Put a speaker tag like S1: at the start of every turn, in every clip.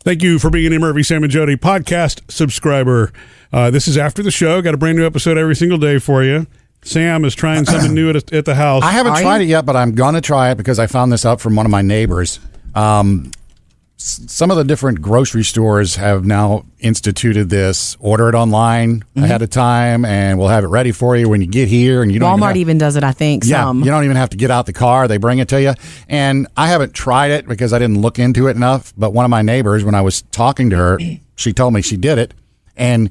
S1: Thank you for being a Murphy, Sam, and Jody podcast subscriber. Uh, this is after the show. Got a brand new episode every single day for you. Sam is trying something new at, at the house.
S2: I haven't tried it yet, but I'm going to try it because I found this out from one of my neighbors. Um, s- some of the different grocery stores have now instituted this order it online
S3: Mm-hmm.
S2: ahead of time, and we'll have it ready for you when you get here. And you don't
S3: Walmart
S2: even have-
S3: even does it, I think.
S2: yeah,
S3: some.
S2: you don't even have to get out the car; they bring it to you. And I haven't tried it because I didn't look into it enough. But one of my neighbors, when I was talking to her, she told me she did it, and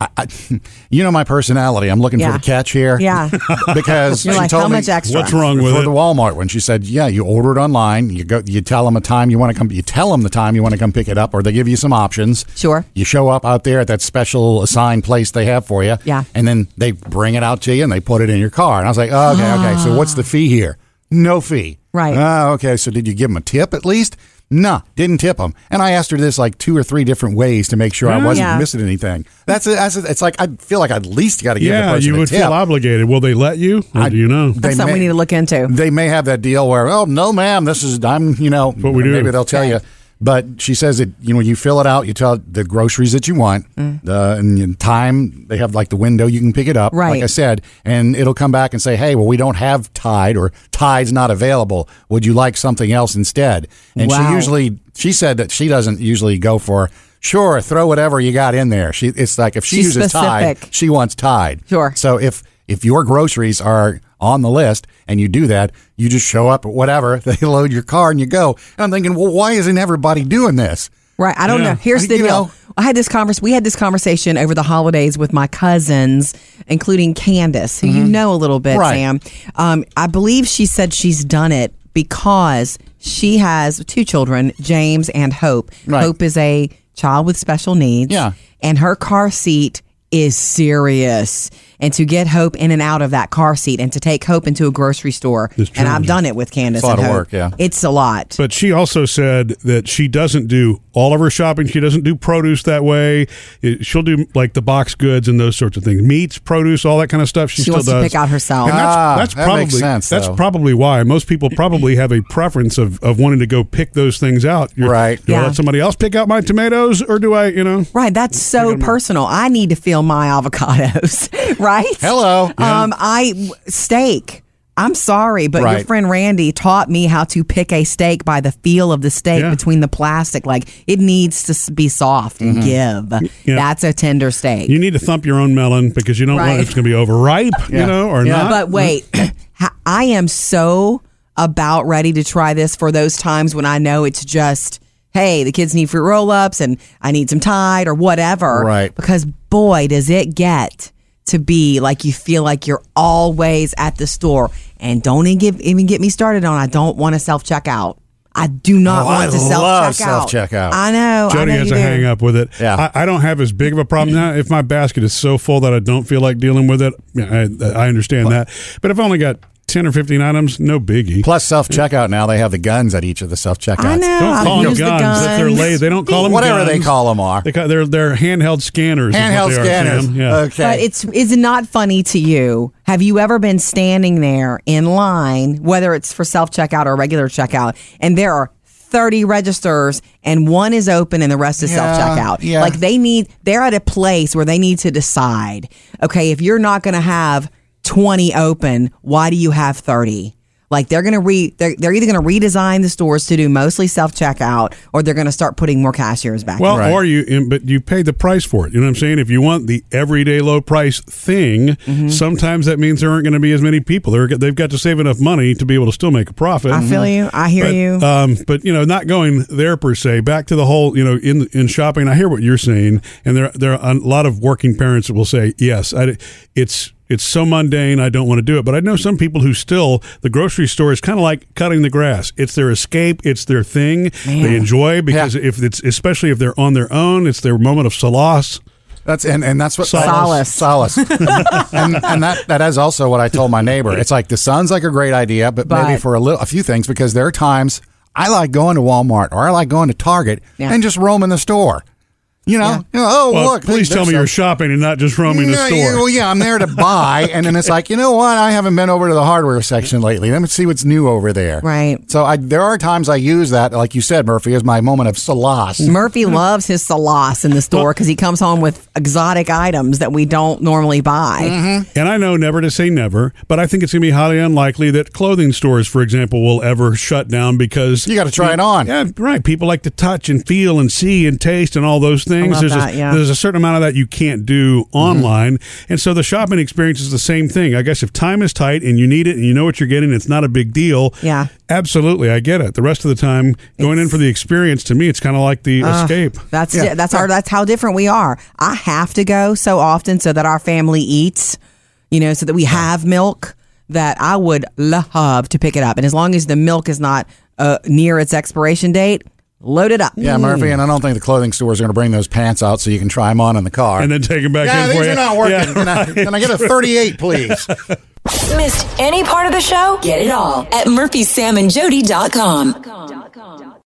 S2: I, I, you know my personality. I'm looking
S3: Yeah.
S2: for the catch here,
S3: Yeah.
S2: because
S3: You're
S2: she
S3: like,
S2: told
S3: how
S2: me
S3: much extra?
S1: What's wrong with
S2: for
S1: it?
S2: the Walmart when she said, "Yeah, you order it online. You go, you tell them a time you want to come. You tell them the time you want to come pick it up, or they give you some options.
S3: Sure.
S2: You show up out there at that special assigned place they have for you.
S3: Yeah.
S2: and then they bring it out to you and they put it in your car. And I was like, oh, okay, okay. So what's the fee here? No fee.
S3: Right.
S2: Oh, okay. So did you give them a tip at least? Nah, didn't tip them. And I asked her this like two or three different ways to make sure I wasn't
S3: Yeah.
S2: missing anything. That's, a, that's a, it's like I feel like I at least got to give the
S1: yeah,
S2: person
S1: you
S2: a
S1: would
S2: tip.
S1: feel obligated. Will they let you? Or do you know?
S2: They
S3: That's something we
S2: may-
S3: need to look into.
S2: they may have that deal where, oh no, ma'am, this is I'm you know
S1: what we do.
S2: Maybe they'll tell you. But she says that you know you fill it out, you tell the groceries that you want,
S3: Mm.
S2: the and in time they have like the window you can pick it up. Like
S3: Right.
S2: I said, and it'll come back and say, hey, well we don't have Tide or Tide's not available. Would you like something else instead? And she
S3: Wow.
S2: usually she said that she doesn't usually go for. Sure, throw whatever you got in there. She it's like if she
S3: She's
S2: uses Tide,
S3: specific.
S2: she wants Tide.
S3: Sure.
S2: So if if your groceries are on the list and you do that, you just show up at whatever, they load your car and you go. And I'm thinking, well, why isn't everybody doing this?
S3: Right. I don't
S1: Yeah.
S3: know. Here's
S2: I-
S3: the
S2: you
S3: deal.
S2: know-
S3: I had this converse. We had this conversation over the holidays with my cousins, including Candace, who you know a little bit,
S2: Mm-hmm. Right.
S3: Sam. Um, I believe she said she's done it because she has two children, James and Hope.
S2: Right.
S3: Hope is a child with special needs.
S2: Yeah.
S3: And her car seat is serious. And to get Hope in and out of that car seat and to take Hope into a grocery store. And I've done it with Candace.
S2: It's a lot of
S3: and Hope.
S2: work, yeah.
S3: It's a lot.
S1: But she also said that she doesn't do all of her shopping. She doesn't do produce that way. It- She'll do like the box goods and those sorts of things, meats, produce, all that kind of stuff. She,
S3: she
S1: still
S3: wants
S1: does.
S3: to pick out herself.
S1: And that's,
S2: Ah,
S1: that's
S2: that
S1: probably
S2: makes sense,
S1: that's
S2: though.
S1: probably why most people probably have a preference of, of wanting to go pick those things out. You're-
S2: Right.
S1: Do I
S3: Yeah.
S1: let somebody else pick out my tomatoes, or do I? You know,
S3: Right, that's so personal. I need to feel my avocados, right?
S2: Hello.
S3: Um, I steak. I'm sorry, but your
S2: Right.
S3: friend Randy taught me how to pick a steak by the feel of the steak
S1: Yeah.
S3: between the plastic. Like it needs to s- be soft and give.
S1: Yeah.
S3: That's a tender steak.
S1: you need to thump your own melon because you don't know
S3: Right.
S1: if it's going to be overripe, you
S2: Yeah.
S1: know, or
S2: Yeah.
S1: not.
S2: Mm-hmm.
S3: but wait, ha- I am so about ready to try this for those times when I know it's just, hey, the kids need fruit roll ups and I need some Tide or whatever.
S2: Right.
S3: Because boy, does it get to be like you feel like you're always at the store. And don't even, give, even get me started on I don't want to self checkout. I do not
S2: Oh, I
S3: want to
S2: love
S3: self checkout.
S2: self-checkout.
S3: I know. I
S1: Jody
S3: know
S1: has
S3: you
S1: a
S3: do.
S1: hang up with it.
S2: Yeah.
S1: I, I don't have as big of a problem now. If my basket is so full that I don't feel like dealing with it, I, I understand that. But if I only got 10 or 15 items, no biggie.
S2: Plus self checkout now they have the guns at each of the self checkouts.
S3: I know.
S1: Don't
S3: I
S1: call them
S3: Ah, use the
S1: guns. If they're
S3: guns.
S1: laid, they don't call them
S2: Whatever
S1: guns.
S2: they call them are.
S1: They call, they're, they're handheld scanners. is what
S2: Handheld
S1: they are,
S2: scanners. Uh,
S1: Sam. Yeah.
S2: Okay.
S3: But it's is it not funny to you? Have you ever been standing there in line, whether it's for self checkout or regular checkout, and there are thirty registers and one is open and the rest is
S2: Yeah,
S3: self checkout?
S2: yeah.
S3: Like they need they're at a place where they need to decide, okay, if you're not gonna have twenty open, why do you have thirty? Like they're gonna re they're, they're either gonna redesign the stores to do mostly self checkout or they're gonna start putting more cashiers back.
S1: Well,
S3: in.
S1: or you, and- but you pay the price for it. You know what I'm saying? If you want the everyday low price thing, sometimes that means there aren't going to be as many people. They're, they've got to save enough money to be able to still make a profit.
S3: I feel you. I hear
S1: but,
S3: you.
S1: Um, but you know, not going there per se. Back to the whole, you know, in in shopping. I hear what you're saying, and there there are a lot of working parents that will say, "Yes, I, it's." It's so mundane, I don't want to do it. But I know some people who still, the grocery store is kind of like cutting the grass. It's their escape, it's their thing they enjoy because if it's, especially if they're on their own, it's their moment of solace.
S2: That's and, and that's what
S3: Solace.
S2: Solace. and and that, that is also what I told my neighbor. It's like this sounds like a great idea, but, maybe
S3: But-
S2: for a little a few things because there are times I like going to Walmart or I like going to Target
S3: Yeah.
S2: and just roaming the store. You know, you know, oh
S1: Well,
S2: look!
S1: please
S2: they-
S1: tell me
S2: there's
S1: you're
S2: some-
S1: shopping and not just roaming the
S2: No,
S1: store.
S2: you- well, yeah, I'm there to buy, and then it's like, you know what? I haven't been over to the hardware section lately. Let me see what's new over there.
S3: Right.
S2: So I, there are times I use that, like you said, Murphy, as my moment of solace.
S1: Mm.
S3: Murphy loves his salas in the store because he comes home with exotic items that we don't normally buy.
S1: And I know never to say never, but I think it's going to be highly unlikely that clothing stores, for example, will ever shut down because
S2: You got to try it on.
S1: Yeah, right. People like to touch and feel and see and taste and all those things.
S3: love
S1: there's
S3: that,
S1: a,
S3: yeah. Mm-hmm.
S1: there's a certain amount of that you can't do online, and so the shopping experience is the same thing. I guess if time is tight and you need it and you know what you're getting, it's not a big deal.
S3: Yeah.
S1: absolutely, I get it. The rest of the time, going in for the experience to me, it's kind of like the escape.
S3: That's it. that's our that's how different we are. I have to go so often so that our family eats, you know, so that we have milk that I would love to pick it up. And as long as the milk is not uh, near its expiration date, load it up.
S2: Yeah, Murphy, and I don't think the clothing stores are going to bring those pants out so you can try them on in the car.
S1: And then take it back
S2: yeah,
S1: in
S2: these
S1: for you.
S2: are not working.
S1: Yeah,
S2: can, I, can I get a 38, please?
S4: Missed any part of the show? Get it all at murphysamandjody.com.